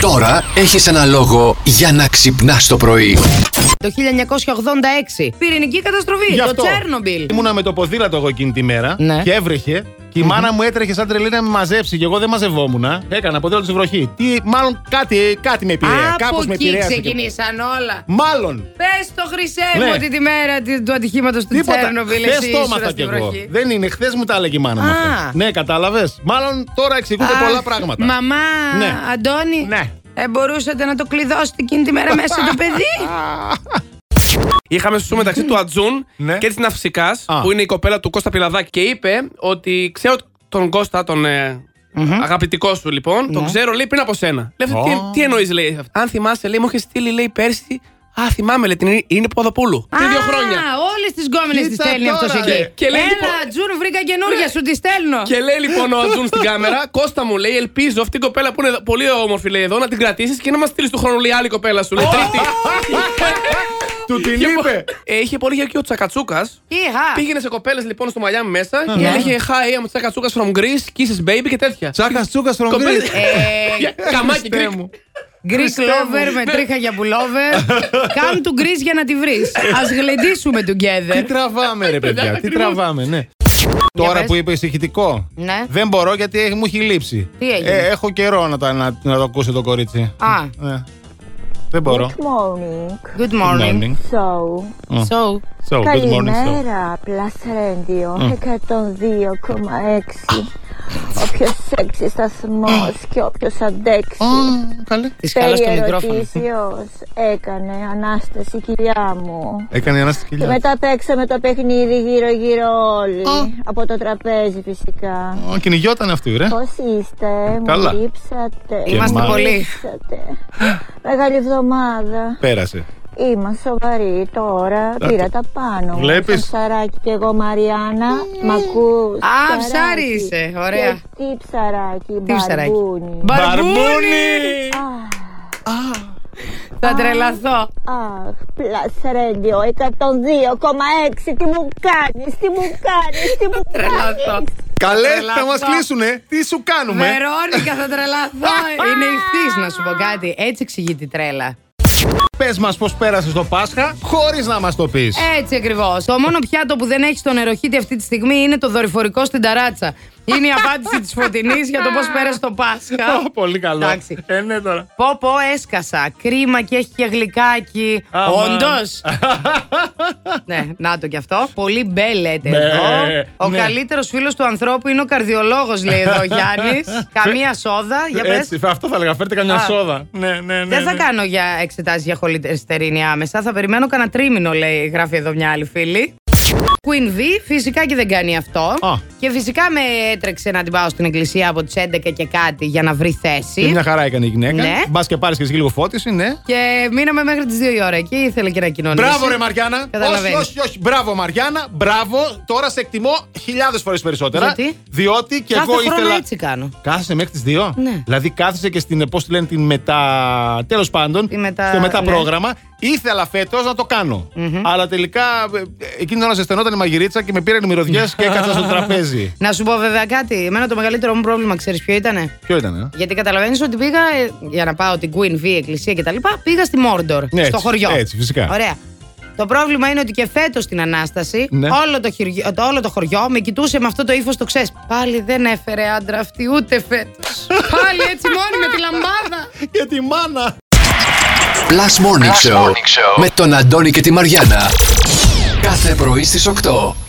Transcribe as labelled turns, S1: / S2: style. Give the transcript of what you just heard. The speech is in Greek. S1: Τώρα έχεις ένα λόγο για να ξυπνάς το πρωί.
S2: Το 1986. Πυρηνική καταστροφή.
S3: Γι'
S2: Το
S3: αυτό.
S2: Τσέρνομπιλ.
S3: Ήμουνα με το ποδήλατο εγώ εκείνη τη μέρα
S2: Ναι.
S3: και έβρεχε. Και η μάνα μου έτρεχε σαν τρελή να με μαζέψει και εγώ δεν μαζευόμουν. Έκανα ποδήλατο στη βροχή. Τι, μάλλον κάτι, κάτι με επηρέασε.
S2: Από
S3: Κάπως με
S2: εκεί
S3: επηρέασε. και-
S2: ξεκινήσαν όλα.
S3: Μάλλον.
S2: Πες το χρυσέ μου
S3: Ναι.
S2: ότι τη μέρα τη- του ατυχήματος του
S3: Τίποτα.
S2: Τσέρνομπιλ
S3: Χθες
S2: εσύ
S3: το
S2: ήσουν
S3: έμαθα κι
S2: στη
S3: εγώ.
S2: βροχή.
S3: Δεν είναι. Χθες μου τα έλεγε η μάνα μου.
S2: Α.
S3: αυτά. Ναι, κατάλαβες. Μάλλον τώρα εξηγούνται
S2: Αχ,
S3: πολλά πράγματα.
S2: Μαμά,
S3: Ναι.
S2: Αντώνη,
S3: Ναι.
S2: ε, μπορούσατε να το κλειδώσετε εκείνη τη μέρα μέσα το παιδί.
S4: Είχαμε στο μεταξύ του Ατζούν
S3: Ναι.
S4: και της Ναυσικάς,
S3: Α.
S4: που είναι η κοπέλα του Κώστα Πιλαδάκη. Και είπε ότι ξέρω τον Κώστα, τον ε, αγαπητικό σου λοιπόν, τον ξέρω λέει πριν από σένα. Λέω, τι,
S3: Ναι. Ω.
S4: τι εννοείς, λέει. αυτό. Αν θυμάσαι, λέει, μου είχες στείλει λέει, πέρσι. Α, θυμάμαι, λέει, την είναι Παπαδοπούλου. Πριν δύο χρόνια.
S2: Όλες τις γκόμενες τις
S3: Κοίτα
S2: στέλνει
S3: τώρα,
S2: αυτό
S3: ρε.
S2: εκεί.
S4: Και λέει,
S2: Έλα,
S4: λοιπόν-
S2: Τζουν, βρήκα
S3: ναι.
S2: καινούργια σου, τη στέλνω.
S4: Και λέει λοιπόν ο Ατζούν στην κάμερα, Κώστα μου λέει, ελπίζω αυτή η κοπέλα που είναι πολύ όμορφη λέει εδώ να την κρατήσεις και να μας στείλεις του χρόνου λέει άλλη κοπέλα σου. Λέει τρίτη.
S3: Του την
S4: Είχε πο-
S3: είπε.
S4: Ε, Είχε πολύ γιο και ο Τσακατσούκας.
S2: Είχα.
S4: Πήγαινε σε κοπέλες λοιπόν στο Μαϊάμι μέσα και
S2: Ναι.
S4: έλεγε Hi, I'm Τσακατσούκας from Greece, kisses baby και τέτοια.
S3: Τσάκα τσούκα στον
S4: Κοπέλες-
S2: Ε,
S4: Καμάκι
S3: Χριστέ
S4: Greek.
S3: μου.
S2: Greek lover με τρίχα για πουλόβερ. Come to Greece για να τη βρεις. Ας γλεντήσουμε
S3: Τι
S2: together.
S3: τραβάμε, ρε παιδιά. Τι τραβάμε, ναι. Τώρα
S2: πες.
S3: που είπες ηχητικό.
S2: Ναι.
S3: Δεν μπορώ γιατί έχει- μου έχει λείψει.
S2: Τι έγινε?
S3: Ε, έχω καιρό να, τα, να, να το ακούσει το κορίτσι.
S2: Α,
S3: Ναι. Δεν μπορώ.
S5: Morning.
S2: good morning.
S3: Morning.
S5: So,
S2: So,
S3: So, Oh, good morning. so. Mm.
S5: καλημέρα, Plus Radio 102,6. Όποιος έξι σταθμός και όποιος αντέξει.
S3: Α, καλέ.
S2: τη χάλα στο
S5: Τέλεια
S3: ε.
S2: μικρόφωνο.
S5: ερωτήσεως έκανε ανάσταση κυρία μου.
S3: Έκανε ένα στη
S5: Και
S3: κοιλιά.
S5: μετά παίξαμε το παιχνίδι γύρω-γύρω όλοι.
S3: Mm.
S5: Από το τραπέζι φυσικά.
S3: Ω, Κυνηγιόταν αυτή, ρε.
S5: Πώς είστε,
S3: Mm. Καλά.
S5: μου λείψατε.
S3: Και
S2: Είμαστε
S3: εμάς.
S2: πολλοί.
S5: Λείψατε. Μεγάλη εβδομάδα.
S3: Πέρασε.
S5: Είμαι σοβαρή τώρα. Πήρα τα πάνω. μου.
S3: Βλέπεις.
S5: Σαν ψαράκι και εγώ, Μαριάννα. Μ' ακούς.
S2: Ναι. Α,
S5: ψαράκι.
S2: ψάρι είσαι. Ωραία.
S5: Και τι ψαράκι,
S2: Τι ψαράκι.
S5: μπαρμπούνι.
S2: Μπαρμπούνι! Θα τρελαθώ.
S5: Αχ, Plus Radio 102,6. Τι μου κάνεις, τι μου κάνεις, τι μου
S2: Τρελαθώ.
S5: κάνεις.
S3: Καλέ,
S2: Τρελαθώ.
S3: θα μας κλείσουνε. Τι σου κάνουμε.
S2: Βερόνικα, θα τρελαθώ. Είναι ηχθής να σου πω κάτι. Έτσι εξηγεί τη τρέλα.
S3: Πες μας πώς πέρασε το Πάσχα χωρίς να μας το πεις.
S2: Έτσι ακριβώς. Το μόνο πιάτο που δεν έχει στον νεροχύτη αυτή τη στιγμή είναι το δορυφορικό στην ταράτσα. Είναι η απάντηση της φωτεινής για το πώς πέρασε το Πάσχα.
S3: Πολύ καλό.
S2: Εντάξει.
S3: Ε, ναι τώρα.
S2: Πω πω έσκασα. Κρίμα και έχει και γλυκάκι.
S3: Αμάν.
S2: Όντως. ναι, να το κι αυτό. Πολύ μπε λέτε
S3: Μπε,
S2: εδώ. Ο
S3: ναι.
S2: καλύτερος φίλος του ανθρώπου είναι ο καρδιολόγος, λέει εδώ ο Γιάννης. Καμία σόδα. Για πες.
S3: Έτσι, αυτό θα έλεγα. Φέρτε καμιά
S2: Α.
S3: σόδα. Ναι, ναι, ναι.
S2: Δεν θα
S3: ναι.
S2: κάνω για εξετάσεις για χολυστερίνη άμεσα. Θα περιμένω κανένα τρίμηνο, λέει, γράφει εδώ μια άλλη φίλη. Queen V, φυσικά και δεν κάνει αυτό.
S3: Α.
S2: Και φυσικά με έτρεξε να την πάω στην εκκλησία από τις 11 και κάτι για να βρει θέση.
S3: Και μια χαρά έκανε η γυναίκα.
S2: Ναι.
S3: Μπας και πάρεις και εσύ λίγο φώτιση, ναι.
S2: Και μείναμε μέχρι τις 2 η ώρα εκεί. Ήθελε και να κοινωνήσει.
S3: Μπράβο, ρε Μαριάννα. Όχι,
S2: Καταλαβαίνεις.
S3: όχι, όχι. Μπράβο, Μαριάννα. Μπράβο. Τώρα σε εκτιμώ χιλιάδες φορές περισσότερα.
S2: Γιατί?
S3: Διότι και
S2: Κάθε
S3: εγώ
S2: χρόνο
S3: ήθελα.
S2: έτσι κάνω.
S3: Κάθεσαι μέχρι τις 2.
S2: Ναι.
S3: Δηλαδή κάθεσαι και στην, πώς τη λένε, την μετά. Τέλος πάντων,
S2: Τη μετά-
S3: στο μετά
S2: ναι.
S3: πρόγραμμα. Ήθελα φέτος να το κανω Αλλά τελικά ε, εκείνη την ώρα ζεσθενόταν η μαγειρίτσα και με πήραν οι μυρωδιές και έκατσα στο τραπέζι.
S2: Να σου πω βέβαια κάτι. Εμένα το μεγαλύτερο μου πρόβλημα, ξέρεις ποιο ήτανε.
S3: Ποιο ήταν, ε?
S2: Γιατί καταλαβαίνεις ότι πήγα ε, για να πάω την Queen V, εκκλησία κτλ. Πήγα στη Μόρντορ,
S3: Ναι,
S2: στο
S3: έτσι,
S2: χωριό.
S3: έτσι, φυσικά.
S2: Ωραία. Το πρόβλημα είναι ότι και φέτος στην Ανάσταση
S3: Ναι.
S2: όλο, το χειριό, το, όλο το χωριό με κοιτούσε με αυτό το ύφος το ξέρεις. Πάλι δεν έφερε άντρα αυτή ούτε φέτος. Πάλι έτσι μόνη με τη λαμπάδα.
S3: Και τη μάνα.
S1: Plus Morning, Show, με τον Αντώνη και τη Μαριάνα. Κάθε πρωί στις 8.